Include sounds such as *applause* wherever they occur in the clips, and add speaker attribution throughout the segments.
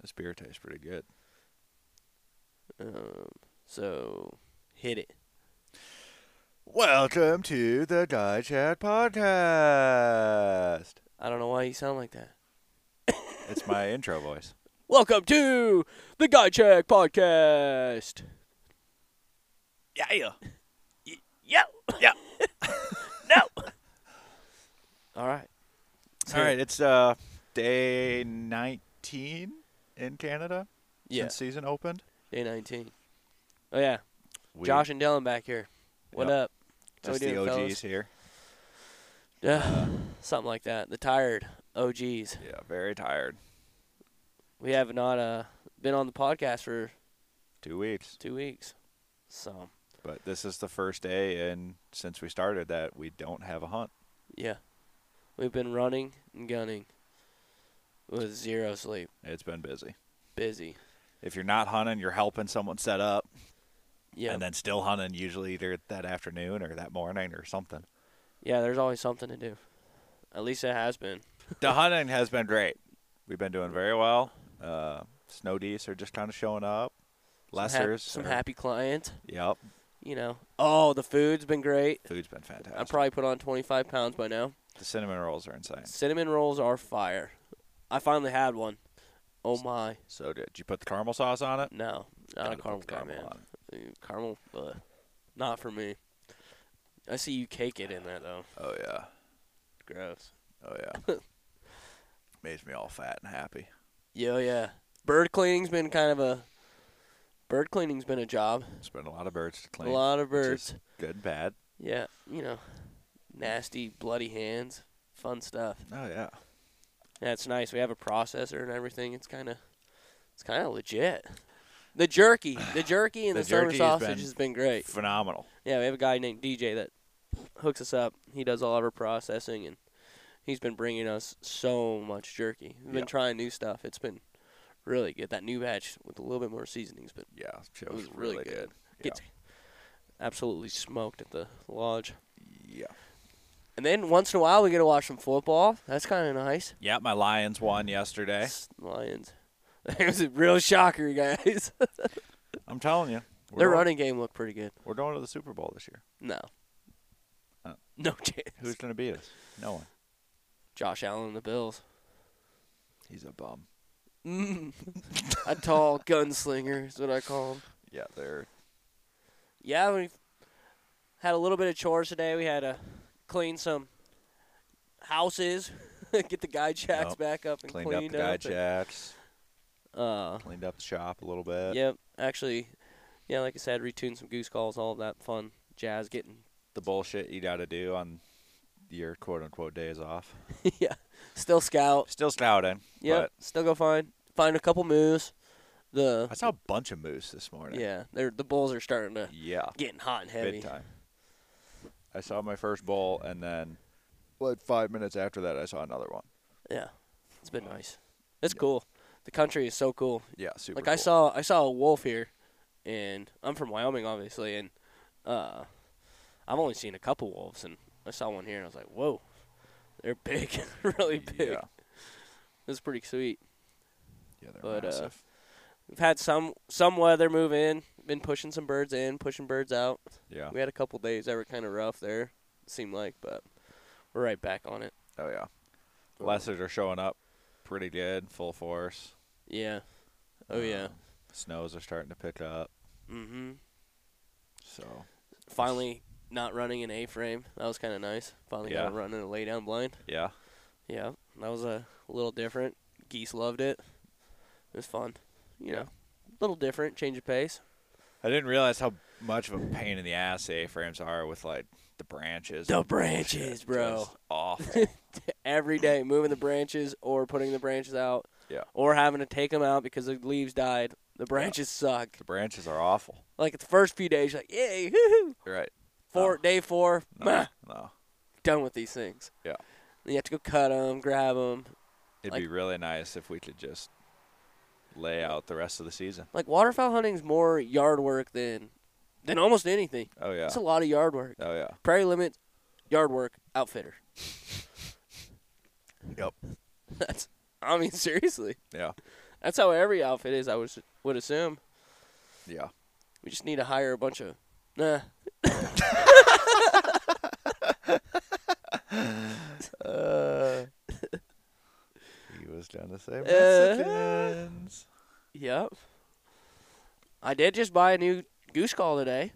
Speaker 1: This beer tastes pretty good.
Speaker 2: Um, so hit it.
Speaker 1: Welcome to the Die Chat Podcast.
Speaker 2: I don't know why you sound like that.
Speaker 1: It's *laughs* my intro voice.
Speaker 2: Welcome to the Guy Check Podcast.
Speaker 1: Yeah, yeah.
Speaker 2: Yo. *laughs*
Speaker 1: Yeah.
Speaker 2: no. All right. Let's
Speaker 1: All
Speaker 2: hit
Speaker 1: right,
Speaker 2: it.
Speaker 1: it's uh, day 19 in Canada
Speaker 2: Yeah.
Speaker 1: since season opened.
Speaker 2: Day 19. Oh yeah.
Speaker 1: We-
Speaker 2: Josh and Dylan back here. What
Speaker 1: Yep.
Speaker 2: up? How we
Speaker 1: just the
Speaker 2: doing,
Speaker 1: OGs
Speaker 2: fellas?
Speaker 1: here.
Speaker 2: Yeah. Something like that. The tired OGs.
Speaker 1: Yeah, very tired.
Speaker 2: We have not uh been on the podcast for
Speaker 1: Two weeks,
Speaker 2: two weeks. So
Speaker 1: but this is the first day, and since we started that, we don't have a hunt.
Speaker 2: yeah. We've been running and gunning with zero sleep.
Speaker 1: It's been busy.
Speaker 2: Busy.
Speaker 1: If you're not hunting, you're helping someone set up,
Speaker 2: Yeah.
Speaker 1: and then still hunting usually either that afternoon or that morning or something.
Speaker 2: Yeah, there's always something to do. At least it has been.
Speaker 1: the hunting has been great. We've been doing very well. Uh, snow geese are just kind of showing up.
Speaker 2: Some hap-
Speaker 1: Lessers,
Speaker 2: some
Speaker 1: are-
Speaker 2: happy clients,
Speaker 1: Yep,
Speaker 2: you know. Oh, the food's been great.
Speaker 1: food's been fantastic.
Speaker 2: I probably put on 25 pounds by now.
Speaker 1: the cinnamon rolls are insane.
Speaker 2: Cinnamon rolls are fire. I finally had one. Oh my,
Speaker 1: So did you put the caramel sauce on it?
Speaker 2: no, not
Speaker 1: Gotta
Speaker 2: a
Speaker 1: put
Speaker 2: caramel
Speaker 1: the
Speaker 2: guy, man.
Speaker 1: on it.
Speaker 2: Ooh, Caramel, ugh. not for me. I see you cake it in there though.
Speaker 1: Oh yeah,
Speaker 2: Gross.
Speaker 1: oh
Speaker 2: *laughs*
Speaker 1: yeah. Made me all fat and happy.
Speaker 2: Yeah, yeah. Bird cleaning's been kind of a bird cleaning's been a job.
Speaker 1: It's been a lot of birds to clean.
Speaker 2: A lot of
Speaker 1: which is
Speaker 2: birds.
Speaker 1: good and bad.
Speaker 2: Yeah, you know, nasty, bloody hands. Fun stuff.
Speaker 1: Oh yeah,
Speaker 2: Yeah, it's nice. We have a processor and everything. It's kind of, it's kind of legit.
Speaker 1: *sighs*
Speaker 2: The jerky, the jerky, and
Speaker 1: The
Speaker 2: the, summer
Speaker 1: jerky has
Speaker 2: sausage
Speaker 1: been-
Speaker 2: has been great.
Speaker 1: phenomenal.
Speaker 2: Yeah, we have a guy named DJ that hooks us up. He does all of our processing, and he's been bringing us so much jerky. We've been
Speaker 1: Yeah.
Speaker 2: trying new stuff. It's been really good. That new batch with a little bit more seasonings, but
Speaker 1: Yeah, it
Speaker 2: it
Speaker 1: was,
Speaker 2: was really good. Gets absolutely smoked at the lodge.
Speaker 1: Yeah.
Speaker 2: And then once in a while we get to watch some football. That's kind of nice.
Speaker 1: Yeah, my Lions won yesterday.
Speaker 2: S- Lions. *laughs* It was a real shocker, guys. *laughs*
Speaker 1: I'm telling you, we're
Speaker 2: Their
Speaker 1: going-
Speaker 2: running game looked pretty good.
Speaker 1: We're going to the Super Bowl this year.
Speaker 2: No.
Speaker 1: Oh.
Speaker 2: No chance.
Speaker 1: Who's going to beat us? No one.
Speaker 2: Josh Allen and
Speaker 1: *laughs*
Speaker 2: the Bills.
Speaker 1: He's a bum.
Speaker 2: Mm. a tall gunslinger is what I call him.
Speaker 1: Yeah, they're
Speaker 2: Yeah, we had a little bit of chores today. We had to clean some houses, *laughs* get the guy jacks
Speaker 1: Yep.
Speaker 2: back up and
Speaker 1: cleaned up the guy
Speaker 2: up and-
Speaker 1: jacks,
Speaker 2: Uh,
Speaker 1: cleaned up the shop a little bit.
Speaker 2: Yep, actually, yeah, like I said, retune some goose calls, all that fun jazz, getting *laughs*
Speaker 1: The bullshit you got to do on your quote unquote days off.
Speaker 2: yeah, still scout,
Speaker 1: Still scouting.
Speaker 2: yep, still go find find a couple moose. The
Speaker 1: But I saw a bunch of moose this morning.
Speaker 2: yeah, they're the bulls are starting to
Speaker 1: Yeah.
Speaker 2: getting hot and heavy.
Speaker 1: Big time. I saw my first bull, and then like five minutes after that, I saw another one.
Speaker 2: Yeah, it's been nice. It's
Speaker 1: Yep.
Speaker 2: cool. The country is so cool.
Speaker 1: Yeah, super.
Speaker 2: like I
Speaker 1: cool.
Speaker 2: saw I saw a wolf here, and I'm from Wyoming, obviously, and uh, I've only seen a couple wolves, and I saw one here, and I was like, whoa, they're *laughs* big, really big.
Speaker 1: Yeah,
Speaker 2: It was pretty sweet.
Speaker 1: yeah they're
Speaker 2: But, uh,
Speaker 1: massive.
Speaker 2: We've had some some weather move in. Been pushing some birds in, pushing birds out.
Speaker 1: yeah.
Speaker 2: We had a couple days that were kind of rough there, it seemed like, but we're right back on it.
Speaker 1: Oh yeah. Lessers are showing up pretty good, full force.
Speaker 2: Yeah. Oh yeah.
Speaker 1: Um, snows are starting to pick up.
Speaker 2: Mhm.
Speaker 1: So
Speaker 2: Finally, not running an A-frame. That was kind of nice. Finally
Speaker 1: Yeah.
Speaker 2: got to run in a lay-down blind.
Speaker 1: yeah,
Speaker 2: Yeah, that was a little different. Geese loved it. It was fun. You
Speaker 1: Yeah.
Speaker 2: know, little different, change of pace.
Speaker 1: I didn't realize how much of a pain in the ass A frames are with like the branches.
Speaker 2: The
Speaker 1: and shit.
Speaker 2: branches, bro.
Speaker 1: Just awful.
Speaker 2: Every day, moving the branches or putting the branches out.
Speaker 1: Yeah.
Speaker 2: Or having to take them out because the leaves died. The branches suck.
Speaker 1: the branches are awful.
Speaker 2: Like the first few days, you're like, yay, hoo-hoo.
Speaker 1: You're right.
Speaker 2: Four,
Speaker 1: Oh.
Speaker 2: Day four,
Speaker 1: No,
Speaker 2: meh,
Speaker 1: no.
Speaker 2: done with these things.
Speaker 1: Yeah.
Speaker 2: Then you have to go cut them, grab them.
Speaker 1: It'd be really nice if we could just lay out the rest of the season.
Speaker 2: Like waterfowl hunting's more yard work than than almost anything.
Speaker 1: Oh yeah.
Speaker 2: It's a lot of yard work.
Speaker 1: Oh yeah.
Speaker 2: Prairie Limit, yard work, outfitter. *laughs*
Speaker 1: Yep.
Speaker 2: That's I mean *laughs* seriously,
Speaker 1: Yeah.
Speaker 2: That's how every outfit is. I would s- would assume.
Speaker 1: Yeah.
Speaker 2: We just need to hire a bunch of. Nah,
Speaker 1: Uh, he was trying to say
Speaker 2: Uh.
Speaker 1: Mexicans.
Speaker 2: Yep. I did just buy a new goose call today.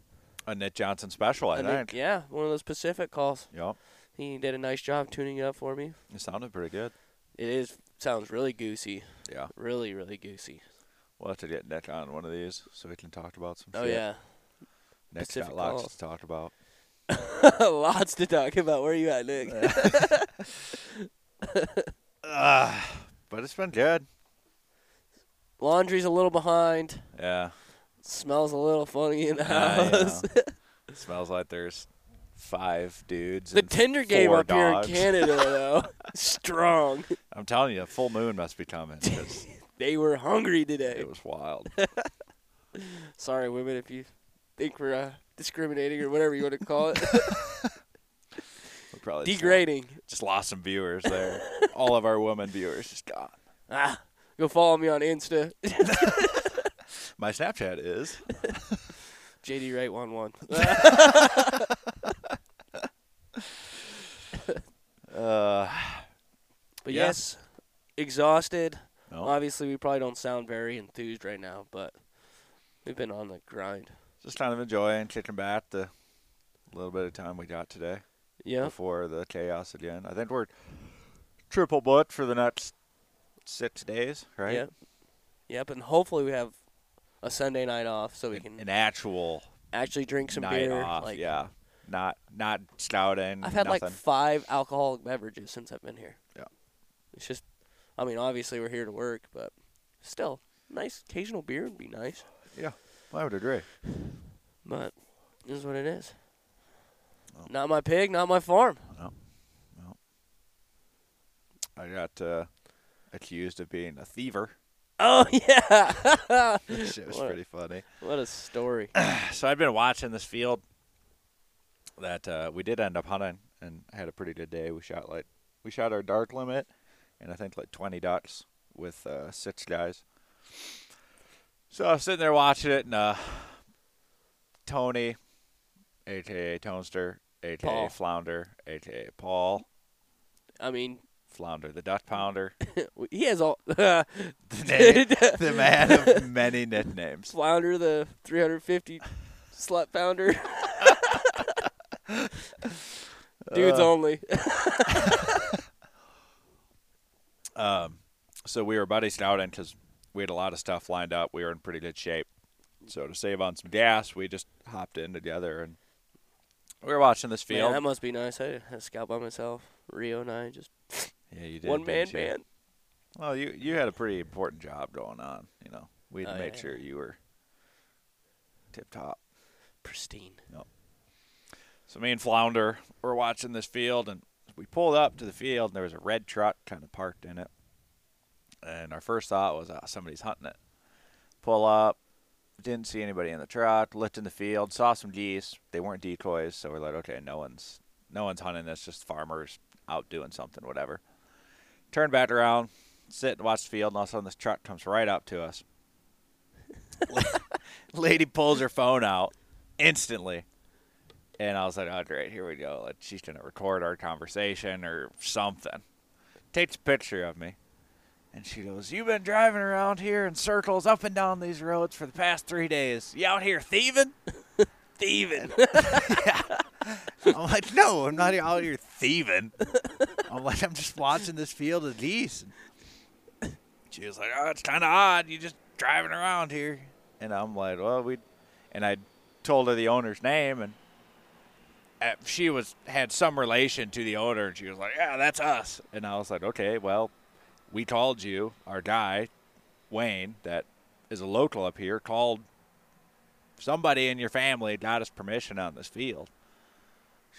Speaker 1: A Nick Johnson special, I
Speaker 2: A new-
Speaker 1: think.
Speaker 2: yeah, one of those Pacific calls.
Speaker 1: Yep.
Speaker 2: He did a nice job tuning it up for me.
Speaker 1: It sounded pretty good.
Speaker 2: It is sounds really goosey,
Speaker 1: Yeah.
Speaker 2: really really goosey.
Speaker 1: We'll have to get Nick on one of these so we can talk about some
Speaker 2: Oh
Speaker 1: shit.
Speaker 2: yeah, *laughs*
Speaker 1: Nick's
Speaker 2: Pacific
Speaker 1: got lots
Speaker 2: Call.
Speaker 1: to talk about.
Speaker 2: lots to talk about. Where you at, Nick?
Speaker 1: Uh, but it's been good.
Speaker 2: *laughs* Laundry's a little behind. *laughs*
Speaker 1: Yeah.
Speaker 2: Smells a little funny in the
Speaker 1: Yeah, you *laughs*
Speaker 2: house.
Speaker 1: It smells like there's five dudes.
Speaker 2: the
Speaker 1: and
Speaker 2: Tinder game
Speaker 1: four
Speaker 2: up here in
Speaker 1: dogs. *laughs*
Speaker 2: Canada though, strong.
Speaker 1: I'm telling you, a full moon must be
Speaker 2: *laughs*
Speaker 1: coming. 'cause
Speaker 2: They were hungry today.
Speaker 1: it was wild.
Speaker 2: Sorry, women, if you think we're uh, discriminating or whatever you want to
Speaker 1: *laughs*
Speaker 2: call it, *laughs*
Speaker 1: We probably just
Speaker 2: degrading.
Speaker 1: lo- Just lost some viewers there. All of our women viewers just gone.
Speaker 2: Ah, go follow me on Insta. *laughs*
Speaker 1: My Snapchat is
Speaker 2: JD Wright
Speaker 1: *laughs*
Speaker 2: one one.
Speaker 1: uh,
Speaker 2: But
Speaker 1: Yeah.
Speaker 2: yes, exhausted.
Speaker 1: no,
Speaker 2: Obviously, we probably don't sound very enthused right now, but we've been on the grind.
Speaker 1: just kind of enjoying kicking back the little bit of time we got today
Speaker 2: Yeah,
Speaker 1: before the chaos again. I think we're triple booked for the next six days, right?
Speaker 2: Yep. Yep. And hopefully, we have a Sunday night off so we
Speaker 1: An-
Speaker 2: can
Speaker 1: an actual
Speaker 2: actually drink some
Speaker 1: night
Speaker 2: beer.
Speaker 1: off.
Speaker 2: like,
Speaker 1: yeah, not not scouting.
Speaker 2: I've had
Speaker 1: nothing.
Speaker 2: like five alcoholic beverages since I've been here.
Speaker 1: Yeah.
Speaker 2: It's just, I mean, obviously we're here to work, but still, nice occasional beer would be nice.
Speaker 1: I would agree.
Speaker 2: But this is what it is.
Speaker 1: Oh.
Speaker 2: Not my pig, not my farm.
Speaker 1: I got uh, accused of being a thiever, *laughs*
Speaker 2: Oh *laughs* yeah. *laughs*
Speaker 1: which was
Speaker 2: What?
Speaker 1: pretty funny.
Speaker 2: What a story.
Speaker 1: So I've been watching this field that uh, we did end up hunting and had a pretty good day. We shot like we shot our dark limit, and I think like twenty ducks with uh, six guys. So I was sitting there watching it, and uh, Tony, aka Tonester, aka
Speaker 2: Paul.
Speaker 1: Flounder, aka Paul
Speaker 2: I mean,
Speaker 1: Flounder, the duck
Speaker 2: *laughs*
Speaker 1: pounder,
Speaker 2: he has all *laughs* the
Speaker 1: the, name,
Speaker 2: *laughs*
Speaker 1: the man of many nicknames.
Speaker 2: flounder, the 350 slut pounder. *laughs* Dudes
Speaker 1: Uh.
Speaker 2: only.
Speaker 1: Um, so we were buddy scouting because we had a lot of stuff lined up. We were in pretty good shape. So to save on some gas, we just hopped in together and we were watching this *laughs*
Speaker 2: Man,
Speaker 1: field.
Speaker 2: that must be nice. I didn't have to scout by myself. Rio and I just
Speaker 1: yeah, you did.
Speaker 2: one man
Speaker 1: didn't you?
Speaker 2: band.
Speaker 1: Well, you you had a pretty important job going on. You know, we had
Speaker 2: Oh,
Speaker 1: to make
Speaker 2: yeah.
Speaker 1: sure you were tip top.
Speaker 2: Pristine.
Speaker 1: So me and Flounder were watching this field, and we pulled up to the field, and there was a red truck kind of parked in it. And our first thought was, oh, somebody's hunting it. Pull up, didn't see anybody in the truck. Looked in the field, saw some geese. They weren't decoys, so we're like, okay, no one's no one's hunting this. Just farmers out doing something, whatever. Turn back around, sit and watch the field, and all of a sudden this truck comes right up to us. *laughs* Lady pulls her phone out instantly. And I was like, oh, great, here we go. Like, she's going to record our conversation or something. Takes a picture of me. And she goes, You've been driving around here in circles up and down these roads for the past three days. You out here thieving? *laughs* thieving. I'm like, No, I'm not out here thieving. I'm like, I'm just watching this field of geese. She was like, Oh, it's kind of odd. You just driving around here. And I'm like, Well, we. And I told her the owner's name and uh, she was had some relation to the owner and she was like yeah that's us and i was like okay well we called you our guy wayne that is a local up here called somebody in your family got us permission on this field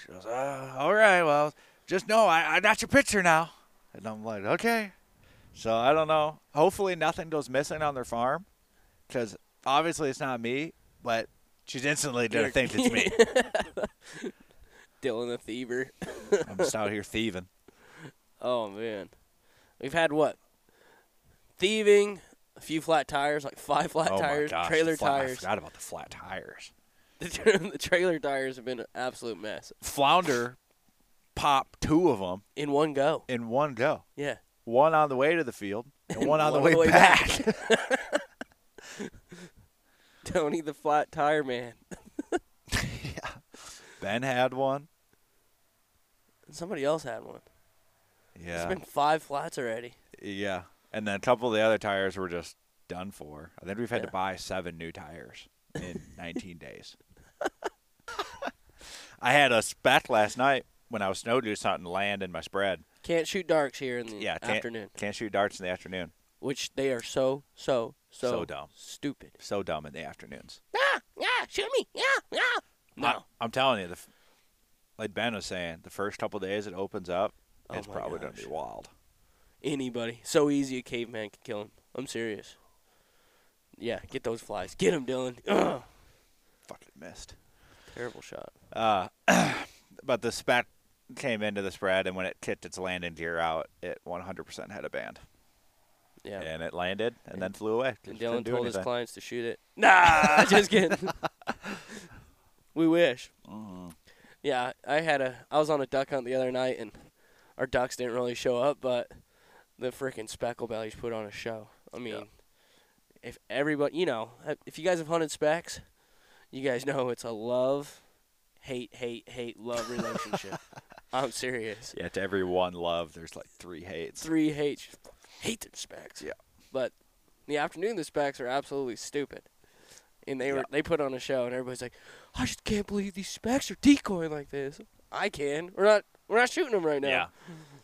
Speaker 1: she goes uh, all right well just know I, I got your picture now and i'm like okay so i don't know hopefully nothing goes missing on their farm because obviously it's not me but she's instantly gonna
Speaker 2: You're-
Speaker 1: think it's me
Speaker 2: Dylan the Thiever.
Speaker 1: i'm just out here thieving
Speaker 2: Oh man, we've had what? Thieving, a few flat tires, like five flat
Speaker 1: oh
Speaker 2: tires,
Speaker 1: my gosh, the
Speaker 2: trailer
Speaker 1: flat- I *laughs*
Speaker 2: tires.
Speaker 1: forgot about the flat tires.
Speaker 2: The, tra- the trailer tires have been an absolute mess
Speaker 1: Flounder popped two of them
Speaker 2: in one go.
Speaker 1: in one go.
Speaker 2: Yeah,
Speaker 1: One on the way to the field and
Speaker 2: And
Speaker 1: one
Speaker 2: *laughs*
Speaker 1: on the way, back.
Speaker 2: Tony the flat tire man.
Speaker 1: *laughs* ben had one.
Speaker 2: Somebody else had one.
Speaker 1: Yeah.
Speaker 2: There's been five flats already.
Speaker 1: yeah. And then a couple of the other tires were just done for. I think we've had
Speaker 2: Yeah.
Speaker 1: to buy seven new tires in
Speaker 2: *laughs*
Speaker 1: 19 days. I had a spec last night when I was snow goose hunting land in my spread.
Speaker 2: Can't shoot darks here in the
Speaker 1: Yeah, can't-
Speaker 2: Mm, afternoon,
Speaker 1: Can't shoot darts in the afternoon.
Speaker 2: which they are so so so,
Speaker 1: So dumb.
Speaker 2: stupid.
Speaker 1: So dumb in the afternoons.
Speaker 2: Ah, yeah, shoot me, yeah, yeah. No,
Speaker 1: I, am telling you, the, f- like Ben was saying, the first couple days it opens up,
Speaker 2: Oh
Speaker 1: it's
Speaker 2: my
Speaker 1: probably going
Speaker 2: gosh.
Speaker 1: to be wild.
Speaker 2: anybody. So easy a caveman can kill him. I'm serious. Yeah, get those flies. Get him, Dylan. Ugh.
Speaker 1: Fucking missed.
Speaker 2: Terrible shot.
Speaker 1: Uh, but the spec came into the spread, and when it kicked its landing gear out, it 100% had a band.
Speaker 2: Yeah.
Speaker 1: And it landed and, then flew away. 'cause
Speaker 2: And
Speaker 1: it didn't
Speaker 2: Dylan
Speaker 1: do
Speaker 2: told his
Speaker 1: anything.
Speaker 2: clients to shoot it. *laughs*
Speaker 1: *laughs*
Speaker 2: Nah, just kidding. *laughs* we wish.
Speaker 1: Mm-hmm.
Speaker 2: Yeah, I had a. I was on a duck hunt the other night, and our ducks didn't really show up, but the freaking speckle bellies put on a show. I mean, if everybody, you know, if you guys have hunted specks, you guys know it's a love, hate, hate,
Speaker 1: *laughs*
Speaker 2: hate, love relationship. I'm serious.
Speaker 1: Yeah, to every one love, there's like three hates.
Speaker 2: Three hates. Hate them specs.
Speaker 1: Yeah.
Speaker 2: But in the afternoon, the specs are absolutely stupid. And they were
Speaker 1: Yeah.
Speaker 2: they put on a show, and everybody's like, "I just can't believe these specs are decoying like this." I can. We're not. We're not shooting them right now. *laughs*
Speaker 1: Yeah.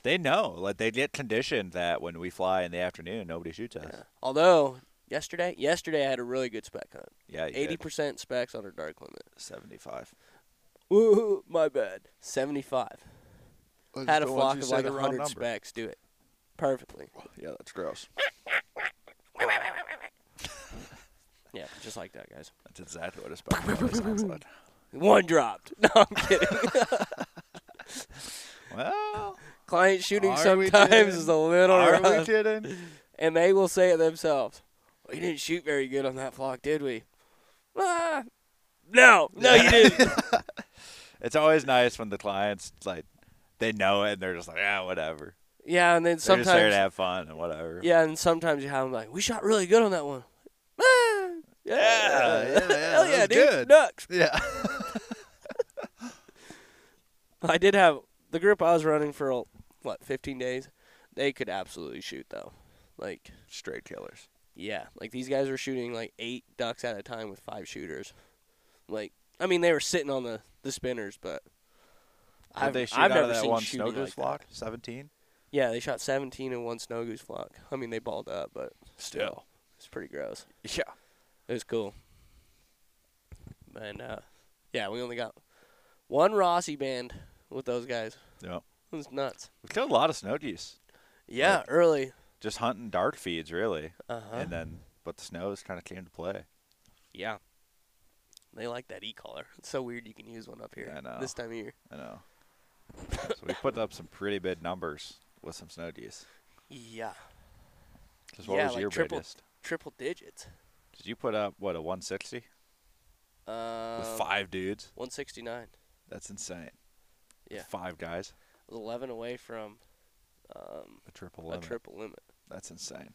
Speaker 1: They know. Like they get conditioned that when we fly in the afternoon, nobody shoots us.
Speaker 2: Yeah. Although yesterday, yesterday I had a really good spec hunt.
Speaker 1: Yeah, you
Speaker 2: Eighty
Speaker 1: did.
Speaker 2: percent specs under dark limit.
Speaker 1: 75.
Speaker 2: Woo, my bad. Seventy-five. had a
Speaker 1: The ones
Speaker 2: flock
Speaker 1: you
Speaker 2: of
Speaker 1: say
Speaker 2: like
Speaker 1: the round
Speaker 2: hundred
Speaker 1: number.
Speaker 2: specs. Do it perfectly.
Speaker 1: Yeah, that's gross.
Speaker 2: Yeah, just like that, guys.
Speaker 1: That's exactly what a spectrum sounds *laughs* like.
Speaker 2: One dropped. *laughs* No, I'm kidding.
Speaker 1: *laughs*
Speaker 2: *laughs*
Speaker 1: Well,
Speaker 2: Client shooting
Speaker 1: Are we
Speaker 2: sometimes
Speaker 1: kidding?
Speaker 2: is a little
Speaker 1: are we
Speaker 2: rough,
Speaker 1: kidding?
Speaker 2: and they will say it themselves. We didn't shoot very good on that flock, did we? Ah, no, no, you
Speaker 1: *laughs*
Speaker 2: didn't.
Speaker 1: It's always nice when the clients like they know it and they're just like, ah, whatever.
Speaker 2: yeah, and
Speaker 1: They're
Speaker 2: then
Speaker 1: just there to
Speaker 2: sometimes,
Speaker 1: have fun and whatever.
Speaker 2: yeah, and sometimes you have them like, we shot really good on that one. Ah,
Speaker 1: Yeah, yeah, yeah,
Speaker 2: hell
Speaker 1: that
Speaker 2: yeah,
Speaker 1: was
Speaker 2: dude,
Speaker 1: good.
Speaker 2: Nucks.
Speaker 1: Yeah. *laughs*
Speaker 2: I did have the group I was running for what 15 days. They could absolutely shoot though. Like
Speaker 1: Straight killers.
Speaker 2: yeah, like these guys were shooting like eight ducks at a time with five shooters. Like I mean they were sitting on the the spinners, but
Speaker 1: Did
Speaker 2: I've,
Speaker 1: they shoot
Speaker 2: I've
Speaker 1: out
Speaker 2: never
Speaker 1: of that
Speaker 2: seen
Speaker 1: one
Speaker 2: shooting
Speaker 1: snow goose
Speaker 2: like
Speaker 1: flock?
Speaker 2: That.
Speaker 1: 17?
Speaker 2: Yeah, they shot 17 in one snow goose flock. I mean they balled up, but still it's pretty gross.
Speaker 1: Yeah.
Speaker 2: It was cool. And uh, yeah, we only got one Rossi band with those guys.
Speaker 1: Yeah.
Speaker 2: It was nuts.
Speaker 1: We killed a lot of snow geese.
Speaker 2: Yeah,
Speaker 1: Like-
Speaker 2: early.
Speaker 1: Just hunting dart feeds, really.
Speaker 2: Uh huh.
Speaker 1: And then, but the snows kind of came to play.
Speaker 2: Yeah. They like that e collar. It's so weird you can use one up here
Speaker 1: I know.
Speaker 2: this time of year.
Speaker 1: I know. so we put up some pretty big numbers with some snow geese.
Speaker 2: Yeah.
Speaker 1: Because what
Speaker 2: Yeah,
Speaker 1: was
Speaker 2: like
Speaker 1: your
Speaker 2: triple-
Speaker 1: biggest?
Speaker 2: Triple digits.
Speaker 1: Did you put up what a 160
Speaker 2: Um,
Speaker 1: with five dudes?
Speaker 2: 169.
Speaker 1: That's insane.
Speaker 2: yeah.
Speaker 1: Five guys.
Speaker 2: I was 11 away from um,
Speaker 1: A triple
Speaker 2: a
Speaker 1: limit.
Speaker 2: triple limit.
Speaker 1: That's insane.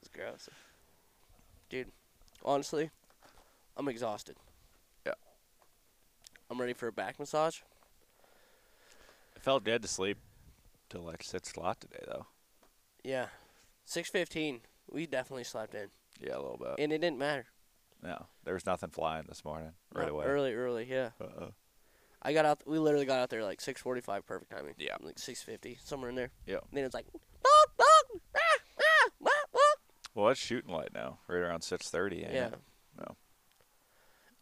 Speaker 2: It's gross. Dude, honestly, I'm exhausted.
Speaker 1: Yeah.
Speaker 2: I'm ready for a back massage.
Speaker 1: It felt good to sleep till like six o'clock today though.
Speaker 2: Yeah. 615. We definitely slept in.
Speaker 1: Yeah, a little bit.
Speaker 2: And it didn't matter.
Speaker 1: no, there was nothing flying this morning. Right
Speaker 2: No,
Speaker 1: away.
Speaker 2: Early, early, yeah.
Speaker 1: Uh-oh.
Speaker 2: I got out. We literally got out there like 6:45, perfect timing.
Speaker 1: Yeah.
Speaker 2: Like 6:50, somewhere in there.
Speaker 1: Yeah.
Speaker 2: And then it's like, "Bonk, bonk, ah, ah, wah, wah."
Speaker 1: Well, it's shooting light now, right around six thirty.
Speaker 2: yeah.
Speaker 1: No.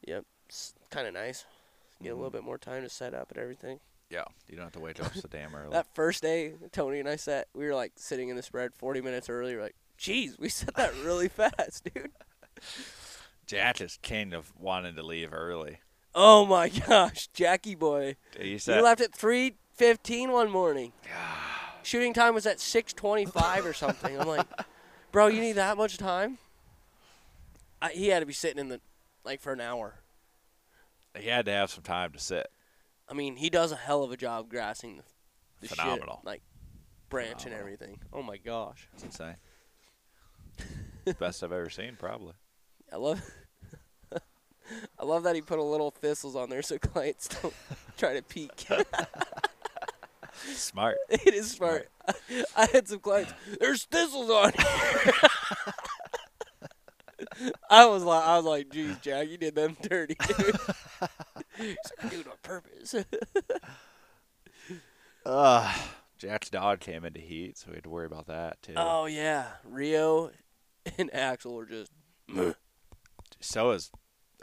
Speaker 2: Yep. It's kind of nice. Get a little
Speaker 1: Mhm.
Speaker 2: bit more time to set up and everything.
Speaker 1: Yeah. You don't have to wake up so damn early.
Speaker 2: That first day, Tony and I sat. We were like sitting in the spread 40 minutes early. We're like, "Jeez, we *laughs* set that really fast, dude."
Speaker 1: Jack is king of wanting to leave early.
Speaker 2: Oh my gosh, Jackie boy.
Speaker 1: He
Speaker 2: You
Speaker 1: said,
Speaker 2: left at 3:15 one morning. Shooting time was at 6:25 or something. I'm like, bro, you need that much time? I, he had to be sitting in the like for an hour.
Speaker 1: He had to have some time to sit.
Speaker 2: I mean, he does a hell of a job grassing the, the shit,
Speaker 1: Phenomenal.
Speaker 2: like branch and
Speaker 1: Phenomenal.
Speaker 2: everything. Oh my gosh,
Speaker 1: It's *laughs* insane. Best I've ever seen, probably.
Speaker 2: I love. *laughs* I love that he put a little thistles on there so
Speaker 1: *laughs*
Speaker 2: clients don't try to peek.
Speaker 1: Smart.
Speaker 2: it is smart. *laughs* I had some clients. There's thistles on here. *laughs* I was like, I was like, geez, Jack, you did them dirty, dude. He's like, dude, on purpose.
Speaker 1: Uh, Jack's dog came into heat, so we had to worry about that too.
Speaker 2: Oh yeah, Rio and Axel are just.
Speaker 1: So is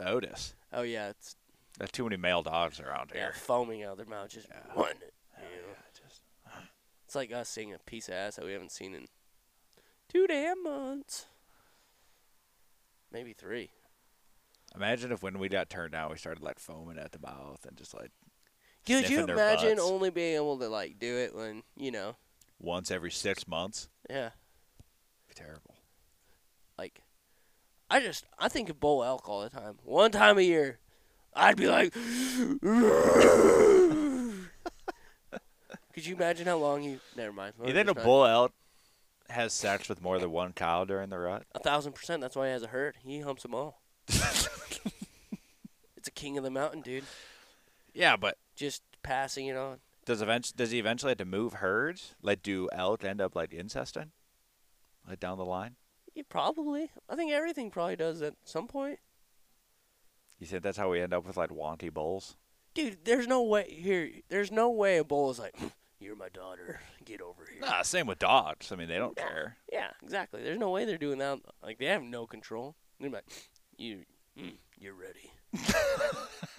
Speaker 1: Otis.
Speaker 2: Oh yeah, it's
Speaker 1: There's too many male dogs around
Speaker 2: yeah,
Speaker 1: here.
Speaker 2: foaming out of their mouth, just
Speaker 1: Yeah.
Speaker 2: wanting it. you know?
Speaker 1: just-
Speaker 2: It's like us seeing a piece of ass that we haven't seen in two damn months, maybe three.
Speaker 1: Imagine if when we got turned down, we started like foaming at the mouth and just like
Speaker 2: Could you
Speaker 1: Sniffing their
Speaker 2: imagine
Speaker 1: butts.
Speaker 2: only being able to like do it when you know?
Speaker 1: once every six months.
Speaker 2: Yeah,
Speaker 1: It'd be terrible.
Speaker 2: like I just I think of bull elk all the time. One time a year, I'd be
Speaker 1: *laughs*
Speaker 2: like, could you imagine how long you? Never mind.
Speaker 1: You think a
Speaker 2: It's not-
Speaker 1: bull elk has sex with more than one cow during the rut?
Speaker 2: A thousand percent. That's why he has a herd. He humps
Speaker 1: *laughs*
Speaker 2: them all. it's a king of the mountain, dude.
Speaker 1: Yeah, but
Speaker 2: Just passing it on.
Speaker 1: does eventually does he eventually have to move herds? Like, do elk end up like incesting, like down the line?
Speaker 2: Yeah, probably. I think everything probably does at some point.
Speaker 1: You think that's how we end up with like wanty bulls?
Speaker 2: Dude, there's no way here. There's no way a bull is like, "Hmm, "You're my daughter. Get over here."
Speaker 1: Nah, same with dogs. I mean, they don't
Speaker 2: Yeah.
Speaker 1: care.
Speaker 2: Yeah, exactly. There's no way they're doing that. Like they have no control. They're like, "Hmm, you, mm,
Speaker 1: *laughs*
Speaker 2: you're ready.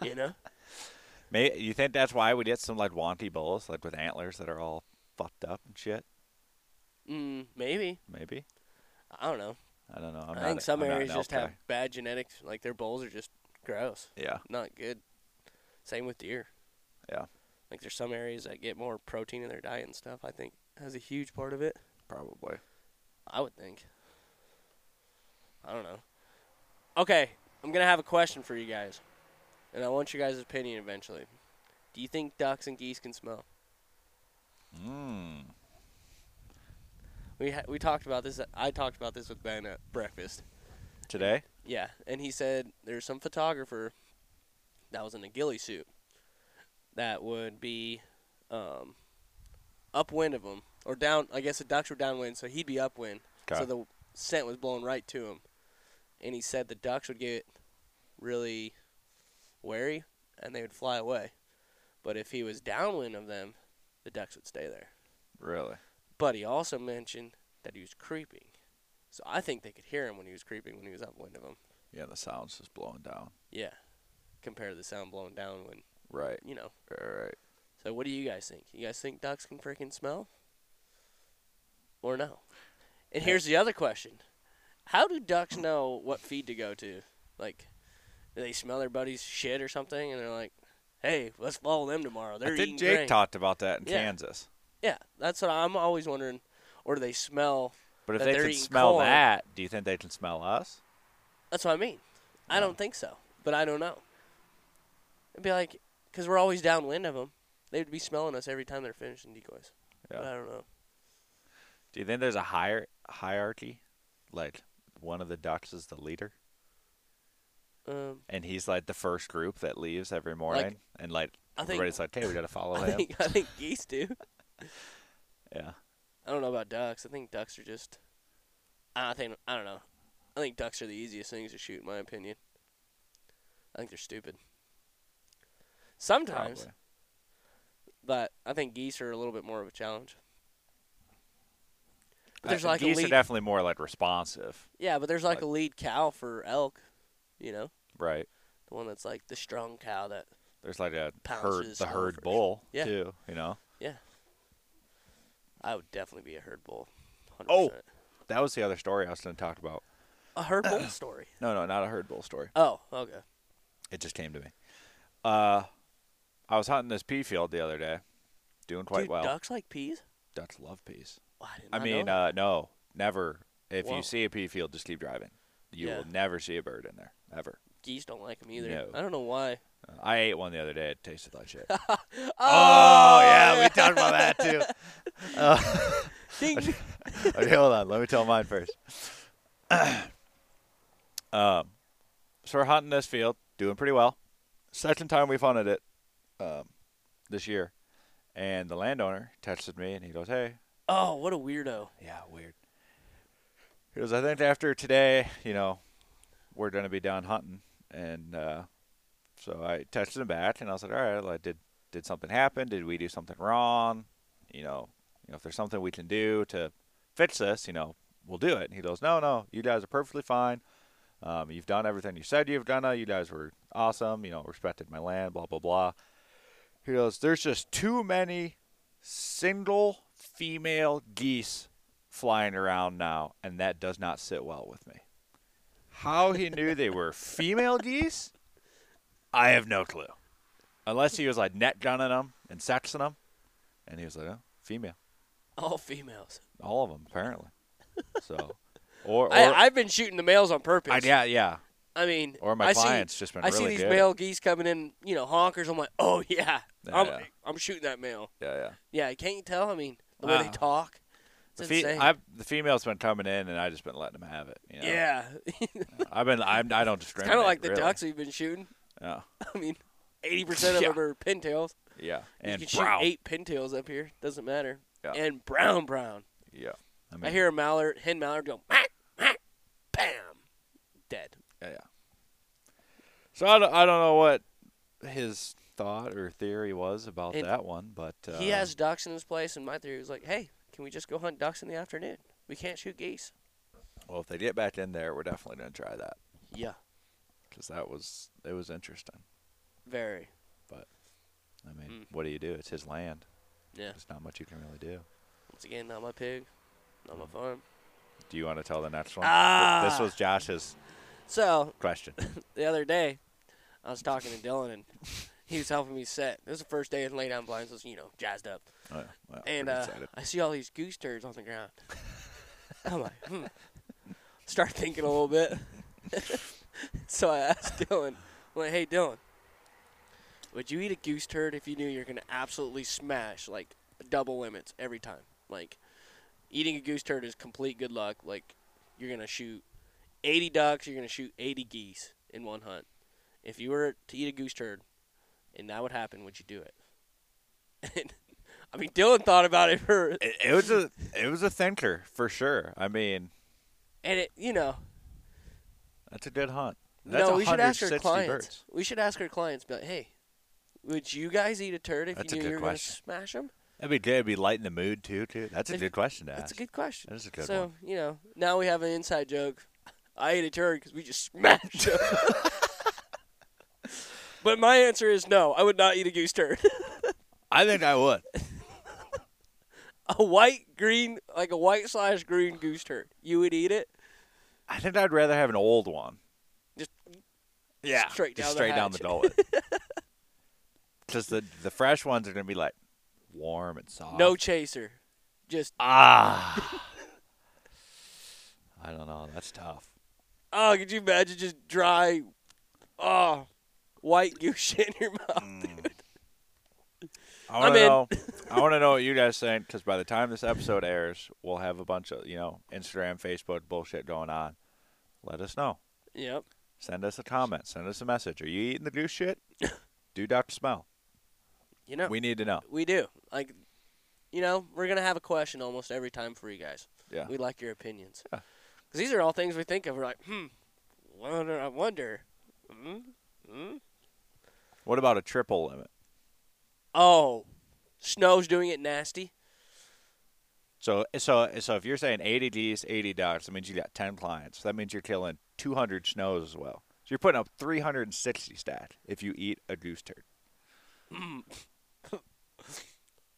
Speaker 2: you know?
Speaker 1: May you think that's why we get some like wanty bulls, like with antlers that are all fucked up and shit?
Speaker 2: Mm, maybe.
Speaker 1: Maybe
Speaker 2: I don't know.
Speaker 1: I don't know. I'm
Speaker 2: i
Speaker 1: not,
Speaker 2: think some
Speaker 1: I'm not
Speaker 2: areas
Speaker 1: an
Speaker 2: just
Speaker 1: elk
Speaker 2: have
Speaker 1: guy.
Speaker 2: bad genetics. Like their bulls are just gross,
Speaker 1: Yeah,
Speaker 2: not good. Same with deer.
Speaker 1: Yeah.
Speaker 2: Like there's some areas that get more protein in their diet and stuff. I think has a huge part of it.
Speaker 1: probably.
Speaker 2: I would think. I don't know. Okay, I'm gonna have a question for you guys, and I want your guys' opinion eventually. Do you think ducks and geese can smell?
Speaker 1: Mm.
Speaker 2: We ha- we talked about this. I talked about this with Ben at breakfast.
Speaker 1: Today,
Speaker 2: Yeah, and he said there's some photographer that was in a ghillie suit that would be um, upwind of him or down. I guess the ducks were downwind, so he'd be upwind.
Speaker 1: Okay.
Speaker 2: So the scent was blowing right to him, and he said the ducks would get really wary and they would fly away. But if he was downwind of them, the ducks would stay there.
Speaker 1: really?
Speaker 2: But he also mentioned that he was creeping, so I think they could hear him when he was creeping when he was upwind of him.
Speaker 1: Yeah, the sound's just blowing down.
Speaker 2: Yeah. Compare the sound blowing down when,
Speaker 1: Right,
Speaker 2: you know.
Speaker 1: right, right.
Speaker 2: So what do you guys think? You guys think ducks can freaking smell? Or no? And here's the other question. How do ducks know what feed to go to? Like do they smell their buddy's shit or something and they're like, "Hey, let's follow them tomorrow. They're
Speaker 1: I think
Speaker 2: eating
Speaker 1: Jake
Speaker 2: grain."
Speaker 1: talked about that in
Speaker 2: Yeah.
Speaker 1: Kansas.
Speaker 2: yeah, that's what I'm always wondering. Or do they smell?
Speaker 1: But if
Speaker 2: That
Speaker 1: they
Speaker 2: they're
Speaker 1: can
Speaker 2: eating
Speaker 1: smell
Speaker 2: corn.
Speaker 1: that, do you think they can smell us?
Speaker 2: That's what I mean. I
Speaker 1: No.
Speaker 2: don't think so, but I don't know. It'd be like, because we're always downwind of them. They'd be smelling us every time they're finishing decoys.
Speaker 1: Yeah.
Speaker 2: But I don't know.
Speaker 1: Do you think there's a higher hierarchy? Like one of the ducks is the leader,
Speaker 2: Um,
Speaker 1: and he's like the first group that leaves every morning, and like
Speaker 2: I think-
Speaker 1: everybody's like, "Hey, we gotta follow
Speaker 2: *laughs* I
Speaker 1: him."
Speaker 2: think I think geese do.
Speaker 1: *laughs* Yeah,
Speaker 2: I don't know about ducks. I think ducks are just. I think I don't know. I think ducks are the easiest things to shoot, in my opinion. I think they're stupid. Sometimes,
Speaker 1: probably.
Speaker 2: but I think geese are a little bit more of a challenge.
Speaker 1: I-
Speaker 2: But there's like a
Speaker 1: geese are
Speaker 2: lead.
Speaker 1: definitely more like responsive,
Speaker 2: yeah, but there's like
Speaker 1: like-
Speaker 2: a lead cow for elk. You know,
Speaker 1: right?
Speaker 2: the one that's like the strong cow that
Speaker 1: There's like a
Speaker 2: Pounces
Speaker 1: herd,
Speaker 2: is
Speaker 1: the
Speaker 2: small
Speaker 1: herd
Speaker 2: first.
Speaker 1: bull
Speaker 2: Yeah.
Speaker 1: too. You know,
Speaker 2: I would definitely be a herd bull. 100%.
Speaker 1: Oh. that was the other story I was gonna talk about.
Speaker 2: a herd bull *clears throat* story.
Speaker 1: No, no, not a herd bull story.
Speaker 2: Oh, okay.
Speaker 1: It just came to me. Uh, I was hunting this pea field the other day, doing quite
Speaker 2: Dude,
Speaker 1: well.
Speaker 2: ducks like peas.
Speaker 1: Ducks love peas.
Speaker 2: Oh, I, did
Speaker 1: I
Speaker 2: not know
Speaker 1: mean,
Speaker 2: that.
Speaker 1: uh, no, never. If
Speaker 2: Whoa.
Speaker 1: you see a pea field, just keep driving. You
Speaker 2: Yeah.
Speaker 1: will never see a bird in there ever.
Speaker 2: Geese don't like them either.
Speaker 1: No.
Speaker 2: I don't know
Speaker 1: *laughs*
Speaker 2: why.
Speaker 1: Uh, I ate one the other day. It tasted like
Speaker 2: *laughs*
Speaker 1: shit.
Speaker 2: Oh,
Speaker 1: oh yeah, we talked about that too.
Speaker 2: *laughs* Ding.
Speaker 1: *laughs* Okay, hold on. Let me tell mine first. *clears throat* um, so we're hunting this field, doing pretty well. Second time we've hunted it um, this year, and the landowner texted me and he goes, "Hey,
Speaker 2: oh, what a weirdo.
Speaker 1: yeah, weird." He goes, "I think after today, you know, we're gonna be done hunting," and uh, so I texted him back and I said, "All right, like, did did something happen? Did we do something wrong? You know, you know, if there's something we can do to fix this, you know, we'll do it. And he goes, no, no, you guys are perfectly fine. Um, you've done everything you said you've done. Uh, You guys were awesome. You know, respected my land, blah, blah, blah. He goes, there's just too many single female geese flying around now, and that does not sit well with me. How he knew they were female geese, I have no clue. Unless he was like net gunning them and sexing them, and he was like, oh, female.
Speaker 2: All females.
Speaker 1: All of them, apparently. So, or, or
Speaker 2: I, I've been shooting the males on purpose.
Speaker 1: I- yeah, yeah.
Speaker 2: I mean,
Speaker 1: Or my
Speaker 2: I
Speaker 1: client's
Speaker 2: see,
Speaker 1: just been
Speaker 2: I
Speaker 1: really
Speaker 2: see these
Speaker 1: good.
Speaker 2: male geese coming in, you know, honkers. I'm like, oh yeah,
Speaker 1: Yeah,
Speaker 2: I'm,
Speaker 1: yeah.
Speaker 2: I'm shooting that male.
Speaker 1: yeah, yeah.
Speaker 2: Yeah, can't you tell? I mean, the way
Speaker 1: Wow.
Speaker 2: they talk. It's
Speaker 1: The, fe-
Speaker 2: insane.
Speaker 1: I've, the female's been coming in, and I just been letting them have it. You know?
Speaker 2: yeah, *laughs*
Speaker 1: I've been. I'm, I don't discriminate.
Speaker 2: kind of like the
Speaker 1: really.
Speaker 2: ducks we've been shooting. *laughs*
Speaker 1: Yeah,
Speaker 2: I mean, eighty percent of
Speaker 1: Yeah.
Speaker 2: them are pintails.
Speaker 1: yeah. And
Speaker 2: you can
Speaker 1: brown.
Speaker 2: shoot eight pintails up here. Doesn't matter.
Speaker 1: Yeah.
Speaker 2: And brown, brown.
Speaker 1: Yeah. I, mean,
Speaker 2: I hear a mallard, hen mallard go, "Mack, mack," bam, dead.
Speaker 1: Yeah, yeah. So I don't, I don't know what his thought or theory was about
Speaker 2: And
Speaker 1: that one, but uh,
Speaker 2: he has ducks in his place, and my theory was like, hey, can we just go hunt ducks in the afternoon? We can't shoot geese.
Speaker 1: Well, if they get back in there, we're definitely gonna try that
Speaker 2: Yeah,
Speaker 1: because that was it was interesting.
Speaker 2: very.
Speaker 1: I mean,
Speaker 2: Mm.
Speaker 1: what do you do? It's his land.
Speaker 2: Yeah.
Speaker 1: There's not much you can really do.
Speaker 2: Once again, not my pig, not my farm.
Speaker 1: Do you want to tell the next one?
Speaker 2: Ah!
Speaker 1: Th- This was Josh's
Speaker 2: So *laughs*
Speaker 1: question.
Speaker 2: the other day, I was talking to Dylan, and he was helping me set. This is the first day in lay down blinds. I was, you know, jazzed up.
Speaker 1: Oh, yeah. Well,
Speaker 2: and
Speaker 1: pretty
Speaker 2: uh,
Speaker 1: excited.
Speaker 2: I see all these goose turds on the ground. I'm like, hmm. start thinking a little bit. *laughs* so I asked Dylan, I'm like, hey Dylan, would you eat a goose turd if you knew you're gonna absolutely smash like double limits every time? Like, eating a goose turd is complete good luck. Like, you're gonna shoot 80 ducks, you're gonna shoot 80 geese in one hunt. If you were to eat a goose turd, and that would happen, would you do it? And *laughs* I mean, Dylan thought about it for,
Speaker 1: it, it was a it was a thinker for sure. I mean,
Speaker 2: and it, you know,
Speaker 1: that's a good hunt. That's
Speaker 2: no, we should ask our
Speaker 1: 160
Speaker 2: clients.
Speaker 1: birds.
Speaker 2: We should ask our clients, be like, hey, would you guys eat a turd if
Speaker 1: That's a
Speaker 2: you knew
Speaker 1: good
Speaker 2: you were
Speaker 1: question.
Speaker 2: going to smash them?
Speaker 1: That'd be good. It'd be lighting the mood too. Too. That's a
Speaker 2: It-
Speaker 1: good question to ask.
Speaker 2: That's a good question.
Speaker 1: That is a good
Speaker 2: so,
Speaker 1: one.
Speaker 2: you know, now we have an inside joke. I ate a turd because we just smashed them. *laughs* but my answer is no, I would not eat a goose turd. *laughs*
Speaker 1: I think I would.
Speaker 2: a white, green, like a white slash green goose turd. You would eat it?
Speaker 1: I think I'd rather have an old one.
Speaker 2: Just-
Speaker 1: yeah,
Speaker 2: straight
Speaker 1: just
Speaker 2: down the
Speaker 1: straight down the
Speaker 2: hatch.
Speaker 1: gullet.
Speaker 2: *laughs*
Speaker 1: Because the the fresh ones are gonna be like warm and soft.
Speaker 2: No chaser. Just,
Speaker 1: ah.
Speaker 2: *laughs*
Speaker 1: I don't know. That's tough.
Speaker 2: oh, could you imagine just dry, oh, white goose *laughs* shit in your mouth?
Speaker 1: Mm. I want
Speaker 2: I'm
Speaker 1: to
Speaker 2: in. *laughs*
Speaker 1: know. I want to know what you guys think because by the time this episode airs, we'll have a bunch of you know Instagram, Facebook bullshit going on. Let us know.
Speaker 2: Yep.
Speaker 1: Send us a comment. Send us a message. Are you eating the goose *coughs* shit? Do Dr. Smell.
Speaker 2: You know,
Speaker 1: We need to know.
Speaker 2: We do. Like, you know, we're gonna have a question almost every time for you guys.
Speaker 1: Yeah.
Speaker 2: We like your opinions.
Speaker 1: Yeah.
Speaker 2: Cause these are all things we think of. We're like, hmm, wonder, I wonder. Hmm? Hmm?
Speaker 1: What about a triple limit?
Speaker 2: Oh, snow's doing it nasty.
Speaker 1: So so so if you're saying 80 Ds, 80 ducks, that means you got 10 clients. That means you're killing 200 snows as well. So you're putting up 360 stat if you eat a goose turd.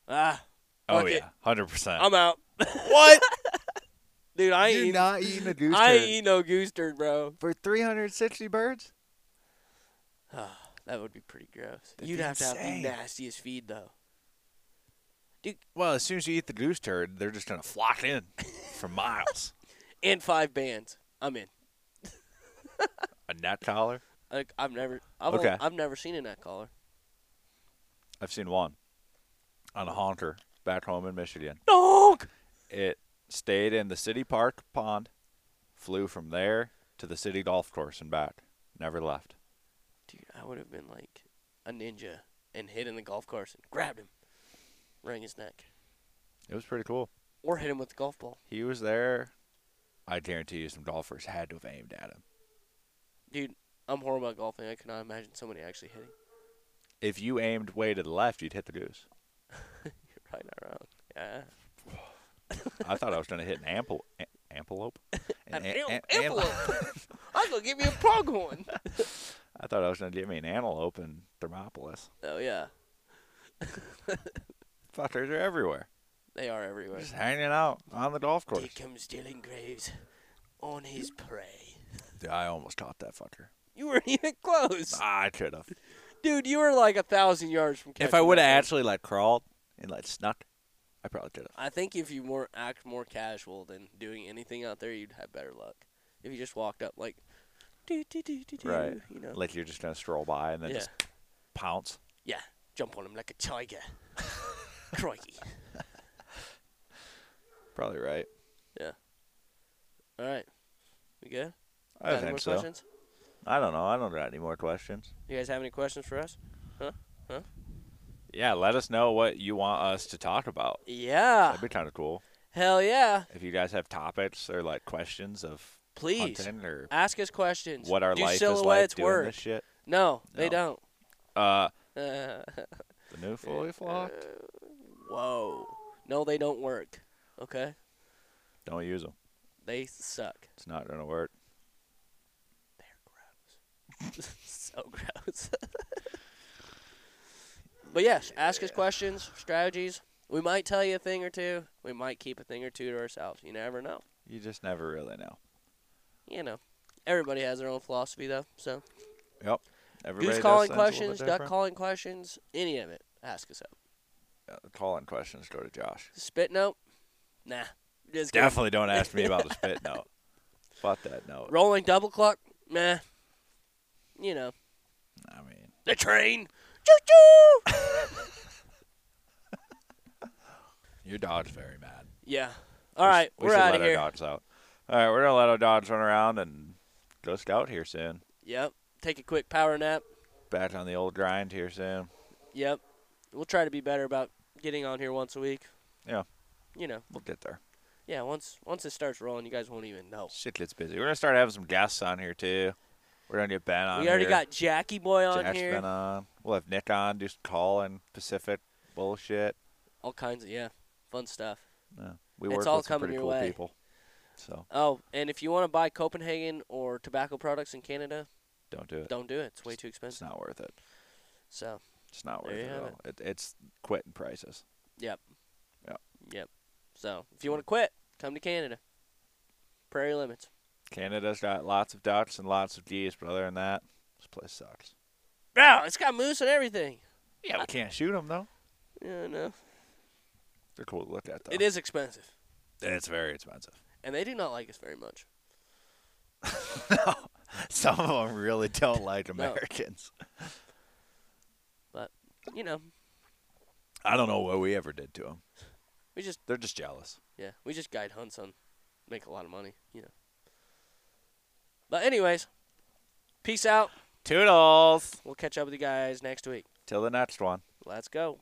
Speaker 2: Ah,
Speaker 1: Oh
Speaker 2: Fuck it.
Speaker 1: yeah, 100%.
Speaker 2: I'm out, *laughs*
Speaker 1: what?
Speaker 2: dude. I ain't
Speaker 1: You're
Speaker 2: eating-
Speaker 1: not eating a goose
Speaker 2: I
Speaker 1: turd
Speaker 2: ain't eat no goose turd, bro.
Speaker 1: for 360 birds?
Speaker 2: That would be pretty gross.
Speaker 1: That'd
Speaker 2: You'd
Speaker 1: be
Speaker 2: have to have the
Speaker 1: insane.
Speaker 2: nastiest feed though.
Speaker 1: Well, as soon as you eat the goose turd, *laughs* they're just going to flock in for miles.
Speaker 2: And five bands. I'm in.
Speaker 1: net collar?
Speaker 2: Like I've never, I've,
Speaker 1: Okay.
Speaker 2: only- I've never seen a net collar.
Speaker 1: I've seen one on a honker back home in Michigan.
Speaker 2: No.
Speaker 1: It stayed in the city park pond, flew from there to the city golf course and back. Never left.
Speaker 2: Dude, I would have been like a ninja and hid in the golf course and grabbed him, wrung his neck,
Speaker 1: It was pretty cool.
Speaker 2: or hit him with the golf ball.
Speaker 1: He was there. I guarantee you, some golfers had to have aimed at him.
Speaker 2: Dude, I'm horrible at golfing. I cannot imagine somebody actually hitting. *laughs*
Speaker 1: If you aimed way to the left, you'd hit the goose.
Speaker 2: You're right not wrong. Yeah.
Speaker 1: I thought I was going to hit an ample, a- *laughs* antelope.
Speaker 2: An
Speaker 1: a-
Speaker 2: am-
Speaker 1: a- am- *laughs*
Speaker 2: antelope. *laughs* I'm gonna give you a pronghorn.
Speaker 1: I thought I was going to get me an antelope in Thermopolis.
Speaker 2: oh yeah,
Speaker 1: Fuckers are everywhere.
Speaker 2: they are everywhere.
Speaker 1: Just hanging out on the golf
Speaker 2: Here
Speaker 1: course.
Speaker 2: comes Dylan Graves on his prey.
Speaker 1: Dude, I almost caught that fucker.
Speaker 2: You weren't *laughs* even close,
Speaker 1: I could have.
Speaker 2: dude. You were like a thousand yards from.
Speaker 1: Ah. If
Speaker 2: catching
Speaker 1: I
Speaker 2: that
Speaker 1: would have
Speaker 2: thing.
Speaker 1: actually like crawled and like snuck, I probably could have.
Speaker 2: I think if you more act more casual than doing anything out there, you'd have better luck. If you just walked up like, do do do do do,
Speaker 1: Right.
Speaker 2: you know,
Speaker 1: Like you're just gonna stroll by and then
Speaker 2: yeah,
Speaker 1: just pounce.
Speaker 2: yeah, jump on him like a
Speaker 1: *laughs*
Speaker 2: tiger. Crikey!
Speaker 1: Probably right.
Speaker 2: All right, we good?
Speaker 1: I
Speaker 2: Got any
Speaker 1: think
Speaker 2: more
Speaker 1: so.
Speaker 2: questions?
Speaker 1: I don't know. I don't got any more questions.
Speaker 2: You guys have any questions for us?
Speaker 1: Yeah, let us know what you want us to talk about.
Speaker 2: Yeah,
Speaker 1: That'd be kind of cool.
Speaker 2: hell yeah!
Speaker 1: If you guys have topics or like questions of
Speaker 2: Please
Speaker 1: hunting or
Speaker 2: ask us questions.
Speaker 1: what our
Speaker 2: Do
Speaker 1: life is like
Speaker 2: silhouettes
Speaker 1: doing
Speaker 2: work?
Speaker 1: this
Speaker 2: *laughs*
Speaker 1: shit.
Speaker 2: No, they
Speaker 1: No.
Speaker 2: don't.
Speaker 1: Uh,
Speaker 2: Uh,
Speaker 1: the new fully flocked.
Speaker 2: whoa! No, they don't work. Okay,
Speaker 1: Don't use them.
Speaker 2: they suck.
Speaker 1: It's not gonna work.
Speaker 2: They're gross. *laughs* so gross. but yes, ask us questions, strategies. We might tell you a thing or two. We might keep a thing or two to ourselves. You never know.
Speaker 1: You just never really know.
Speaker 2: You know. Everybody has their own philosophy, though. So,
Speaker 1: Yep. Everybody
Speaker 2: goose
Speaker 1: does
Speaker 2: calling
Speaker 1: things a little bit
Speaker 2: questions, duck
Speaker 1: different.
Speaker 2: calling questions, any of it, ask us up.
Speaker 1: Uh, calling questions go to Josh.
Speaker 2: Spit note? Nah. Just kidding.
Speaker 1: Definitely don't ask me *laughs* about the spit note. Fuck that note.
Speaker 2: Rolling double clock? Nah. You know.
Speaker 1: I mean,
Speaker 2: The train! Choo choo!
Speaker 1: your dog's very mad.
Speaker 2: yeah. All
Speaker 1: We sh-
Speaker 2: right,
Speaker 1: we
Speaker 2: we're
Speaker 1: should
Speaker 2: out
Speaker 1: let
Speaker 2: of here.
Speaker 1: Our dogs out. All right, we're gonna let our dogs run around and go scout here soon.
Speaker 2: Yep. Take a quick power nap.
Speaker 1: Back on the old grind here soon.
Speaker 2: Yep. We'll try to be better about getting on here once a week.
Speaker 1: Yeah.
Speaker 2: You know,
Speaker 1: We'll get there.
Speaker 2: yeah. Once once it starts rolling, you guys won't even know.
Speaker 1: Shit gets busy. We're gonna start having some guests on here too. We're gonna get Ben on.
Speaker 2: we already
Speaker 1: here.
Speaker 2: got Jackie Boy on
Speaker 1: Jack's
Speaker 2: here.
Speaker 1: been on. We'll have Nick on. Do some calling Pacific bullshit.
Speaker 2: All kinds of yeah, fun stuff.
Speaker 1: No, we
Speaker 2: It's
Speaker 1: work
Speaker 2: all
Speaker 1: with some
Speaker 2: coming
Speaker 1: pretty
Speaker 2: your
Speaker 1: cool
Speaker 2: way.
Speaker 1: people. So
Speaker 2: Oh, and if you want to buy Copenhagen or tobacco products in Canada,
Speaker 1: don't do it.
Speaker 2: don't do it. It's way too
Speaker 1: It's
Speaker 2: expensive.
Speaker 1: not worth it.
Speaker 2: So
Speaker 1: It's not
Speaker 2: There
Speaker 1: worth
Speaker 2: you
Speaker 1: it at
Speaker 2: have
Speaker 1: all. It, it's quitting prices.
Speaker 2: yep. So if you want to quit, come to Canada. Prairie limits.
Speaker 1: Canada's got lots of ducks and lots of geese, but other than that, this place sucks.
Speaker 2: No, it's got moose and everything.
Speaker 1: Yeah, we can't shoot them though.
Speaker 2: Yeah, no.
Speaker 1: They're cool to look at though.
Speaker 2: It is expensive,
Speaker 1: It's very expensive. *laughs*
Speaker 2: and they do not like us very much.
Speaker 1: Some of them really don't like
Speaker 2: No.
Speaker 1: Americans.
Speaker 2: You know,
Speaker 1: I don't know what we ever did to them.
Speaker 2: we just
Speaker 1: They're just jealous.
Speaker 2: Yeah, we just guide hunts on make a lot of money, you know. But anyways, peace out.
Speaker 1: Toodles.
Speaker 2: We'll catch up with you guys next week.
Speaker 1: Till the next one.
Speaker 2: Let's go.